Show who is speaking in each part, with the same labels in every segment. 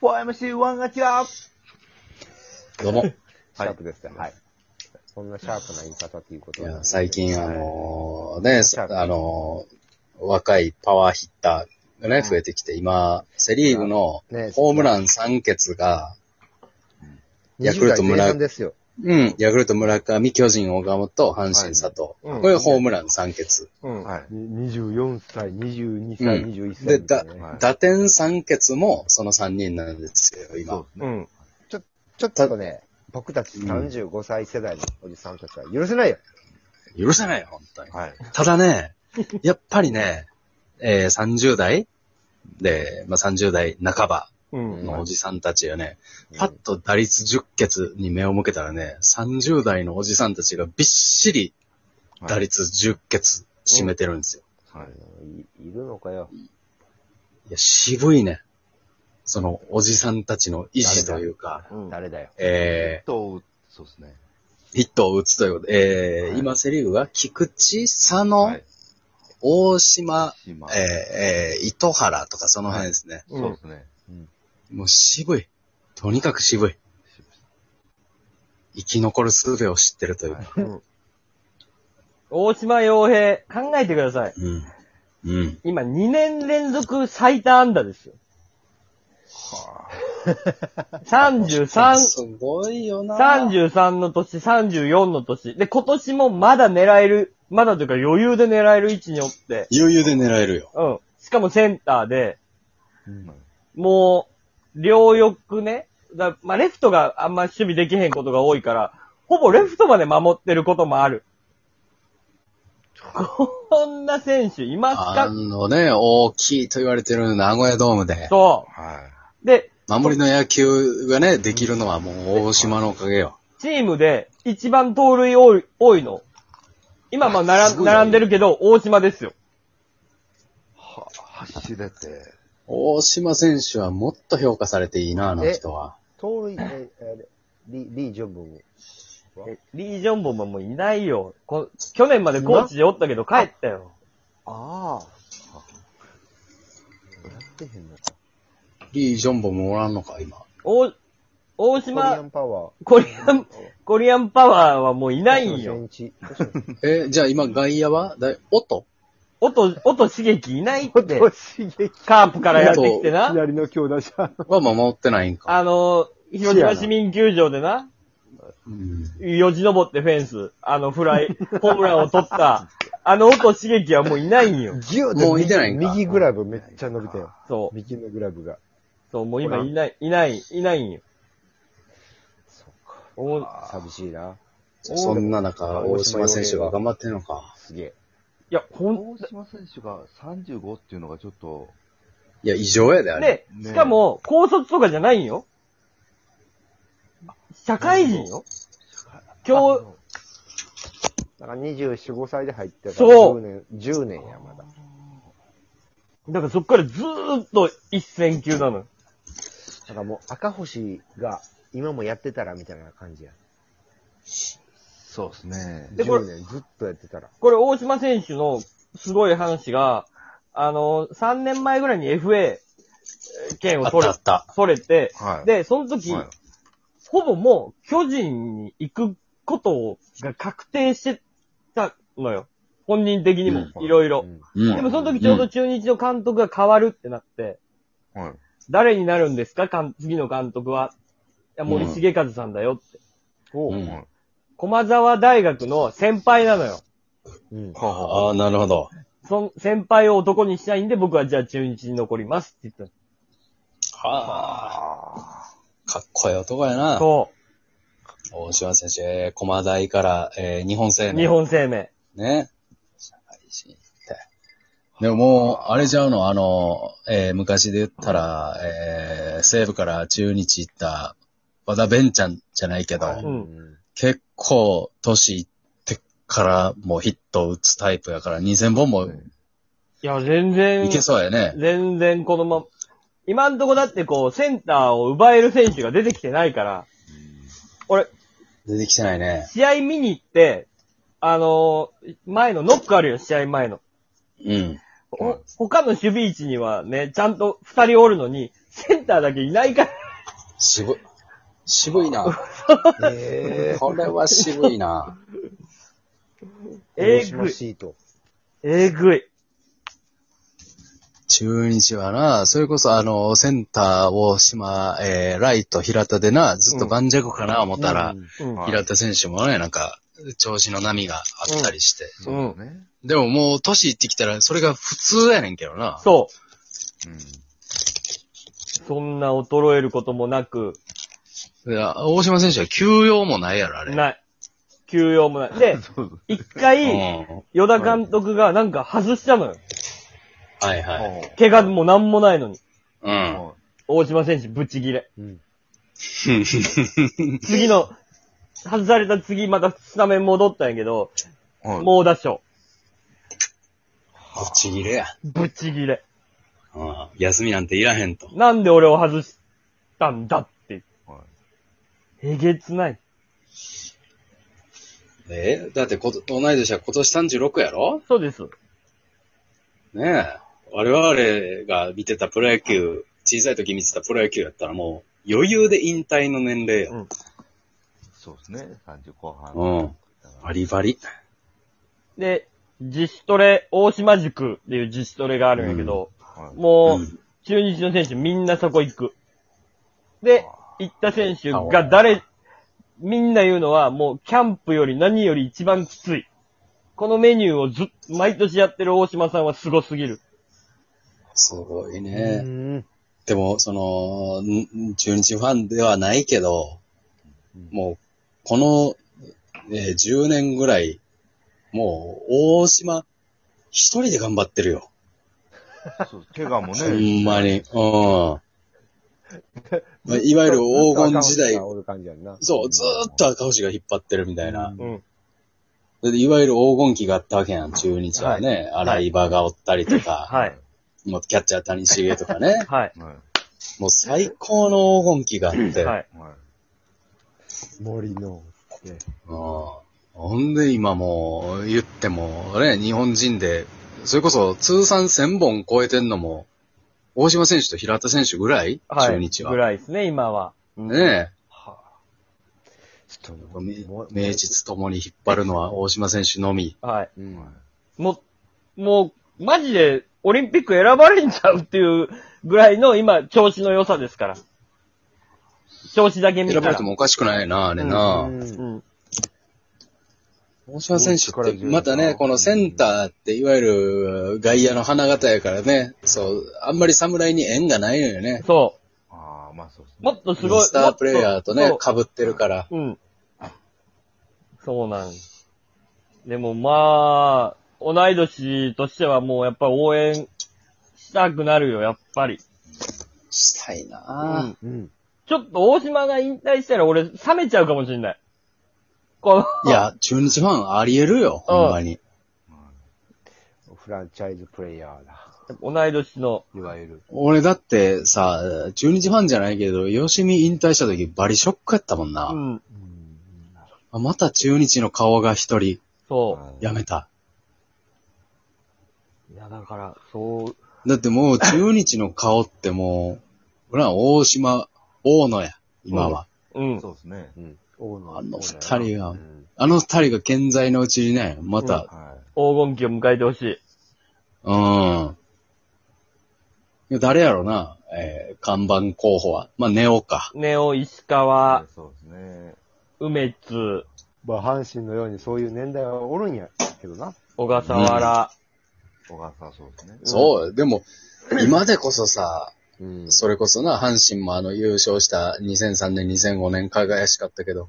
Speaker 1: 4MC1 勝ちは
Speaker 2: どうも。い
Speaker 3: シャープですね。はい。そんなシャープな言い方っていうことなん
Speaker 2: や、
Speaker 3: です
Speaker 2: 最近、あのーね、
Speaker 3: はい
Speaker 2: あのー若いパワーヒッターがね、増えてきて、今、セリーグの
Speaker 3: ね
Speaker 2: ホームラン3決が、ヤ
Speaker 3: 20
Speaker 2: クルト
Speaker 3: 代前
Speaker 2: 村
Speaker 3: 半ですよ。
Speaker 2: うん、ヤクルト村上、巨人岡本、阪神佐藤。
Speaker 3: うん
Speaker 2: これホームラン3決。
Speaker 3: うん。
Speaker 1: はい
Speaker 3: に24歳、22
Speaker 2: う
Speaker 3: 歳、
Speaker 2: ん
Speaker 3: 21歳、
Speaker 2: で、だ
Speaker 3: ね、
Speaker 1: はい
Speaker 2: 打点3決もその3人なんですよ、今。
Speaker 1: です
Speaker 3: う
Speaker 1: ね。
Speaker 3: ん。ちょ、ちょっとね、僕たち35歳世代のおじさんたちは許せないよ。
Speaker 2: 許せないよ、本当に。
Speaker 1: はい。
Speaker 2: ただね、やっぱりね、えー30代で、まあ、30代半ば
Speaker 3: う
Speaker 2: のお
Speaker 3: ん。
Speaker 2: じさんたちがね、パッと打率10決に目を向けたらね、30代のおじさんたちがびっしり打率10決占めてるんですよ。
Speaker 1: はい。
Speaker 3: いいるのかよ。
Speaker 2: いや、渋いね。その、おじさんたちの意志というか、
Speaker 1: うん
Speaker 3: 誰だよ。
Speaker 2: え
Speaker 1: と、そうですね。
Speaker 2: ー、ヒットを打つということで、えー
Speaker 1: はい
Speaker 2: 今セリフが菊池、佐野、
Speaker 1: はい。
Speaker 2: 大島、
Speaker 1: 島
Speaker 2: えー、えー糸原とかその辺ですね。
Speaker 1: そうですね。
Speaker 2: もう渋い。とにかく渋い。生き残る術を知ってるというか。
Speaker 3: うん。
Speaker 4: 大島洋平、考えてください。
Speaker 2: うん。うん。
Speaker 4: 今、2年連続最多安打ですよ。33、
Speaker 2: すごいよな
Speaker 4: 33の年、34の年。で、今年もまだ狙える、まだというか余裕で狙える位置におって、
Speaker 2: 余裕で狙えるよ。
Speaker 4: うん。しかもセンターで、
Speaker 3: うん
Speaker 4: もう、両翼ね。だまあ、レフトがあんま守備できへんことが多いから、ほぼレフトまで守ってることもある。こんな選手います
Speaker 2: あ
Speaker 4: か
Speaker 2: のね、大きいと言われてる名古屋ドームで、
Speaker 4: そ
Speaker 1: は
Speaker 4: う。で、
Speaker 2: 守りの野球がね、できるのはもう大島のおかげよ。
Speaker 4: チームで一番盗塁多い多いの。今まあなら
Speaker 2: すごい
Speaker 4: 並んでるけど、大島ですよ。
Speaker 1: い。は、走れて、
Speaker 2: 大島選手はもっと評価されていいな、あの人は。
Speaker 3: 盗塁、え、えリ、リー・ジョブン。
Speaker 4: リージョンボンももういないよ。こ去年までコーチでおったけど帰ったよ。
Speaker 3: ああ。やってへんのか。
Speaker 2: リー・ジョンボもおらんのか、今。
Speaker 4: 大、大
Speaker 3: コリア
Speaker 4: 島、
Speaker 3: ンパワー。
Speaker 4: コリアン、コリアンパワーはもういないんよ。
Speaker 3: 星野俊一。
Speaker 2: え、じゃあ今外野はだい音
Speaker 4: 音、音刺激いないって、
Speaker 3: 星野俊一
Speaker 4: カープからやってきてな。
Speaker 3: 左の強打者。
Speaker 2: は守ってないんか。
Speaker 4: あの、広島市民球場でな、
Speaker 2: うん
Speaker 4: よじ登ってフェンス、あのフ ライ、ホームランを取った、あの音刺激はもういないんよ。
Speaker 3: ギューって
Speaker 2: もういてないんか
Speaker 3: 右グラブめっちゃ伸びたよ。
Speaker 4: そう。
Speaker 3: 右のグラブが。
Speaker 4: そう、もう今いない、いない、いないんよ。
Speaker 3: そ
Speaker 4: おい
Speaker 3: 寂しいな。
Speaker 2: そんな中、大島選手が頑張ってるのか。
Speaker 3: すげえ。
Speaker 4: や、ほん
Speaker 1: 大島選手が35っていうのがちょっと、
Speaker 2: いや、異常やで、あれ。
Speaker 4: で、しかも、高卒とかじゃないんよ。社会人よ。今日、
Speaker 3: だから24、5歳で入ってたから
Speaker 4: そう
Speaker 3: 10年、10年や、まだ。
Speaker 4: だからそっからずーっと一戦級なのよ。
Speaker 3: だからもう赤星が今もやってたらみたいな感じや。
Speaker 1: そうですね。
Speaker 4: でこれ
Speaker 3: 10年ずっとやってたら。
Speaker 4: これ、大島選手のすごい話が、あの、3年前ぐらいに FA 権
Speaker 2: あ
Speaker 4: を
Speaker 2: っ
Speaker 4: 取
Speaker 2: たあ
Speaker 4: れ
Speaker 2: っ、た。
Speaker 4: 取れて、
Speaker 1: はい。
Speaker 4: で、その時、
Speaker 1: はい、
Speaker 4: ほぼもう巨人に行くことが確定してたのよ。本人的にも
Speaker 1: う、ん
Speaker 4: いろいろ
Speaker 3: う。ん
Speaker 2: うん
Speaker 4: でもその時ちょうど中日の監督が変わるってなって、
Speaker 1: はい。
Speaker 4: 誰になるんですかかん次の監督は。いや、森重和さんだよって。
Speaker 3: お
Speaker 2: う
Speaker 3: うん
Speaker 1: はい
Speaker 4: 駒沢大学の先輩なのよ。
Speaker 3: うん。
Speaker 1: ははは
Speaker 2: ああ、なるほど。
Speaker 4: その先輩を男にしたいんで僕はじゃあ中日に残りますって言った
Speaker 2: はあ、
Speaker 1: あ
Speaker 2: かっこいい男や
Speaker 4: の
Speaker 2: な。
Speaker 4: そ
Speaker 2: 大島選手、えー駒大から、えー日本生
Speaker 4: う。
Speaker 2: 命。
Speaker 4: 日本生命。
Speaker 2: ね。社会人って。でももう、あれちゃうの、あの、えー昔で言ったら、えー西部から中日行った、和田ベンちゃんじゃないけど、
Speaker 1: はいう
Speaker 4: うん
Speaker 3: ん。
Speaker 2: 結構、年いってから、もうヒット打つタイプやから、2000本も
Speaker 4: いや、全然
Speaker 2: い、けそうやね。
Speaker 4: 全然このまま、今んとこだってこう、センターを奪える選手が出てきてないから、俺、
Speaker 2: 出てきてないね。
Speaker 4: 試合見に行って、あのー前のノックあるよ、試合前の。
Speaker 2: うん。
Speaker 4: お他の守備位置にはね、ちゃんと二人おるのに、センターだけいないから。
Speaker 2: 渋い。渋いな。
Speaker 3: え
Speaker 2: これは渋いな。
Speaker 3: え
Speaker 4: え
Speaker 3: し
Speaker 4: ぐ
Speaker 3: ま
Speaker 4: い。
Speaker 3: しいと。
Speaker 4: えぐい。
Speaker 2: 中日はな、それこそあの、センター、大島、えー、ライト、平田でな、ずっと盤石かな思ったら、
Speaker 4: うん。
Speaker 1: はい
Speaker 2: 平田選手もね、なんか、調子の波があったりして。
Speaker 1: そうね。
Speaker 2: でももう、年いってきたら、それが普通やねんけどな。
Speaker 4: そう。
Speaker 1: うん。
Speaker 4: そんな衰えることもなく、
Speaker 2: いや大島選手は休養もないやろ、あれ。
Speaker 4: ない。休養もない。で、
Speaker 1: そう
Speaker 4: 一回、
Speaker 2: うん。
Speaker 4: 与田監督がなんか外したのよ。
Speaker 2: はい
Speaker 1: そう
Speaker 2: はい。
Speaker 4: 怪我もなんもないのに。
Speaker 2: うん。
Speaker 1: は
Speaker 4: 大島選手、ぶっち切れ。
Speaker 3: うん。
Speaker 4: 次の、外された次、またスタメン戻ったんやけど、
Speaker 1: い。はい。
Speaker 4: 猛打賞。
Speaker 2: ぶっちぎれや。
Speaker 4: ぶっち切れ。
Speaker 2: うん。休みなんていらへんと。
Speaker 4: なんで俺を外したんだって。
Speaker 1: はい
Speaker 4: えげつない。
Speaker 2: えだってこと、同い年は今年36やろ
Speaker 4: そうです。
Speaker 2: ねえ。我々が見てたプロ野球、小さい時見てたプロ野球やったらもう余裕で引退の年
Speaker 4: う
Speaker 2: 齢や。
Speaker 4: ん。
Speaker 1: そうですね。30後半。
Speaker 2: うん。バリバリ。
Speaker 4: で、自主トレ、大島塾っていう自主トレがあるんやけど、
Speaker 1: はい
Speaker 4: もう、
Speaker 2: うん
Speaker 4: 中日の選手みんなそこ行く。で、行った選手が
Speaker 2: あ
Speaker 4: 誰、みんな言うのはもうキャンプより何より一番きつい。このメニューをずっ、毎年やってる大島さんはすごすぎる。
Speaker 2: すごいうね。
Speaker 3: ん。
Speaker 2: でも、その、ん中日ファンではないけど、もう、この、えー10年ぐらい、もう、大島、一人で頑張ってるよ。
Speaker 1: そう怪我もね。
Speaker 2: ほんまに。うん。 まあいわゆる黄金時代
Speaker 3: ずっと赤星がおる感じやんな。
Speaker 2: そう、ずーっと赤星が引っ張ってるみたいな。
Speaker 4: うん。
Speaker 2: でいわゆる黄金期があったわけやん、中日はね。荒井場がおったりとか、
Speaker 4: はい。。
Speaker 2: もうキャッチャー谷繁とかね
Speaker 4: はい。
Speaker 1: はい。
Speaker 2: もう最高の黄金期があって。
Speaker 4: はい。
Speaker 1: はい。
Speaker 3: 森の。ね
Speaker 2: うんほんで今もう言ってもね、日本人で、それこそ通算1000本超えてんのも、大島選手と平田選手ぐらい、
Speaker 4: はい。
Speaker 2: 中日
Speaker 4: ぐ
Speaker 2: は。
Speaker 4: らいですね、今は。
Speaker 2: ね
Speaker 3: ちょっ
Speaker 2: え、め
Speaker 3: もう
Speaker 2: 名実ともに引っ張るのは大島選手のみ。
Speaker 4: はい。
Speaker 3: うん。
Speaker 4: もう、もう、マジで、オリンピック選ばれんちゃうっていうぐらいの今、調子の良さですから。調子だけ見
Speaker 2: 選
Speaker 4: た
Speaker 2: ば
Speaker 4: ら
Speaker 2: れて。もおかしくないな、あれ
Speaker 3: う
Speaker 2: な。
Speaker 3: ん
Speaker 4: うん。
Speaker 2: 大島選手って、またね、このセンターって、いわゆる外野の花形やからね、そう、あんまり侍に縁がないのよね。
Speaker 4: そ
Speaker 1: ああ、まあそうです
Speaker 4: う。
Speaker 1: ね。
Speaker 4: もっとすごい。
Speaker 2: スタープレイヤーとね
Speaker 4: もっ、
Speaker 2: 被ってるから。
Speaker 4: うん。そうなんです。でもまあ、同い年としてはもうやっぱ応援したくなるよ、やっぱり。
Speaker 2: したいなぁ。
Speaker 3: うん。
Speaker 4: ちょっと大島が引退したら俺冷めちゃうかもしれない。こ
Speaker 2: いや、中日ファンありえるよ、
Speaker 4: うん
Speaker 2: ほんまに。
Speaker 3: フランチャイズプレイヤーだ。
Speaker 4: の、同い年の、
Speaker 3: いわゆる。
Speaker 2: 俺だってさ、中日ファンじゃないけど、吉見引退した時バリショックやったもんな。
Speaker 4: うん、
Speaker 2: あまた中日の顔が一人、
Speaker 4: そ
Speaker 2: やめた。
Speaker 4: う。いや、だから、そう、
Speaker 2: だってもう中日の顔ってもう、ほら、大島、大野や、今は。
Speaker 4: うん。
Speaker 1: そうですね。
Speaker 3: うん。大野
Speaker 2: あの二人が
Speaker 3: うん
Speaker 2: あの二人が健在のうちにね、また、
Speaker 1: は
Speaker 4: 黄金期を迎えてほしい。
Speaker 2: うん。誰やろな、えー看板候補は。まあ、ネオか。
Speaker 4: ネオ、石
Speaker 1: い。
Speaker 4: 川、
Speaker 1: そうですね。
Speaker 4: 梅津、
Speaker 3: まあ、阪神のようにそういう年代はおるんやけどな。
Speaker 4: 小笠原、
Speaker 1: 小笠原そうですね。
Speaker 2: そう、で も、今でこそさ、
Speaker 3: うん
Speaker 2: それこそな、阪神もあの優勝した2003年、2005年輝しかったけど、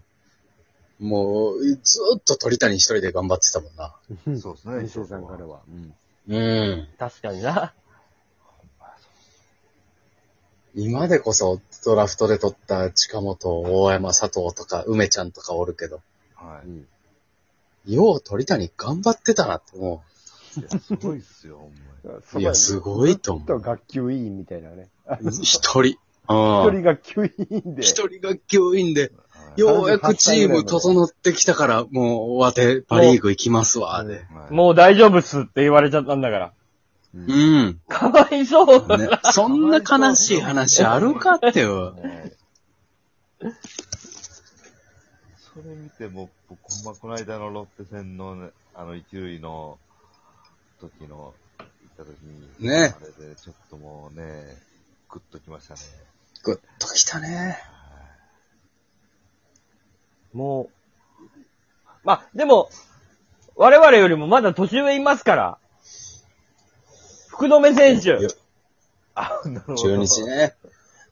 Speaker 2: もう、ずっと鳥谷一人で頑張ってたもんな。
Speaker 3: うん
Speaker 1: そうですね。
Speaker 3: 西尾さんからは。うん。
Speaker 2: うん。
Speaker 4: 確かにな。
Speaker 2: 今でこそドラフトで取った近本、大山、佐藤とか、梅ちゃんとかおるけど、
Speaker 1: は
Speaker 3: う
Speaker 1: い。
Speaker 3: ん。
Speaker 2: よう鳥谷頑張ってたなって思。
Speaker 1: いやすごいっすよ、ほんまに。
Speaker 3: そうこ
Speaker 2: い
Speaker 3: や
Speaker 2: や、
Speaker 3: ね
Speaker 2: すごいと思
Speaker 3: ちょ
Speaker 2: う。
Speaker 3: っと学級委員みたいなね。
Speaker 2: 一人。一人
Speaker 3: 一人学級委員で。
Speaker 2: 一人が教員で、
Speaker 1: はい
Speaker 2: ようやくチーム整ってきたから、もう、わて、パリーグ行きますわ、で。
Speaker 1: はい
Speaker 4: もう大丈夫っすって言われちゃったんだから。
Speaker 2: うん。
Speaker 4: かわいそう。
Speaker 2: ね、 そんな悲しい話あるかっていう。
Speaker 1: ねそれ見ても、僕、ほんまこの間のロッテ戦のね、あの、一塁の時の、行った時に、
Speaker 2: ね
Speaker 1: あれで、ちょっともうね、グッときましたね。
Speaker 2: グッときたね。
Speaker 4: もう。まあ、でも、我々よりもまだ年上いますから。福留選手。
Speaker 1: なるほど
Speaker 2: 中日ね。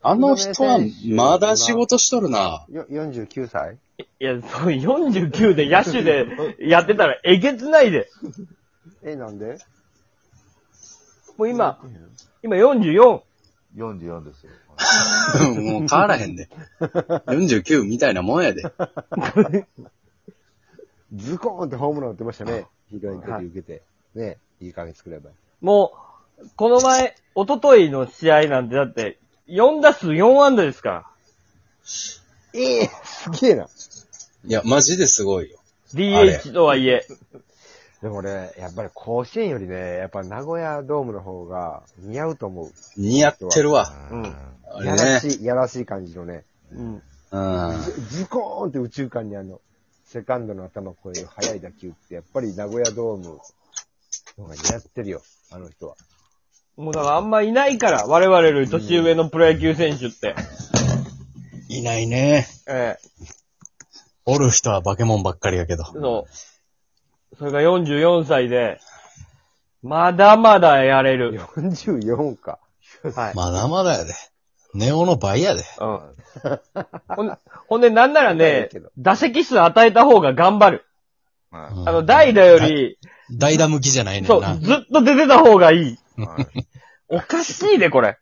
Speaker 2: あの人はまだ仕事しとるな。
Speaker 3: よ、49歳
Speaker 4: いや、そう、49で野手でやってたらえげつないで。
Speaker 3: え、なんで
Speaker 4: もう今、今44。
Speaker 1: 44ですよ。
Speaker 2: もう変わらへんで。49みたいなもんやで。
Speaker 3: ズコーンってホームラン打ってましたね。ひどい時受けて。ね、いい加減作れば。
Speaker 4: もう、この前、一昨日の試合なんてだって、4打数4安打ですから。
Speaker 3: ええすげえな。
Speaker 2: いや、マジですごいよ。
Speaker 4: DH とはいえ。
Speaker 3: でもね、やっぱり甲子園よりね、やっぱ名古屋ドームの方が似合うと思う。
Speaker 2: 似合ってるわ。
Speaker 1: うん
Speaker 2: あ
Speaker 3: や
Speaker 2: れ
Speaker 3: ら
Speaker 2: ね。
Speaker 3: しい、やらしい感じのね。
Speaker 4: うん。
Speaker 2: うん。
Speaker 3: ズコーンって宇宙間にあの、セカンドの頭を越える速い打球って、やっぱり名古屋ドームの方が似合ってるよ、あの人は。
Speaker 4: もうだからあんまいないから、我々より年上のプロ野球選手って。
Speaker 2: いないね。
Speaker 4: ええ
Speaker 2: おる人は化け物ばっかりやけど。
Speaker 4: そう。それが44歳で、まだまだやれる。
Speaker 3: 44か。
Speaker 4: はい。
Speaker 2: まだまだやで。ネオの倍やで。
Speaker 4: うん。ほん、ほんでなんなら
Speaker 3: だ
Speaker 4: ね
Speaker 3: けど、
Speaker 4: 打席数与えた方が頑張る。
Speaker 1: はい
Speaker 2: うん
Speaker 4: あの、代打より、
Speaker 2: 代打向きじゃないね
Speaker 4: そ
Speaker 2: ん
Speaker 4: う
Speaker 2: な、。
Speaker 4: ずっと出てた方がいい。
Speaker 1: はい
Speaker 4: おかしいで、これ。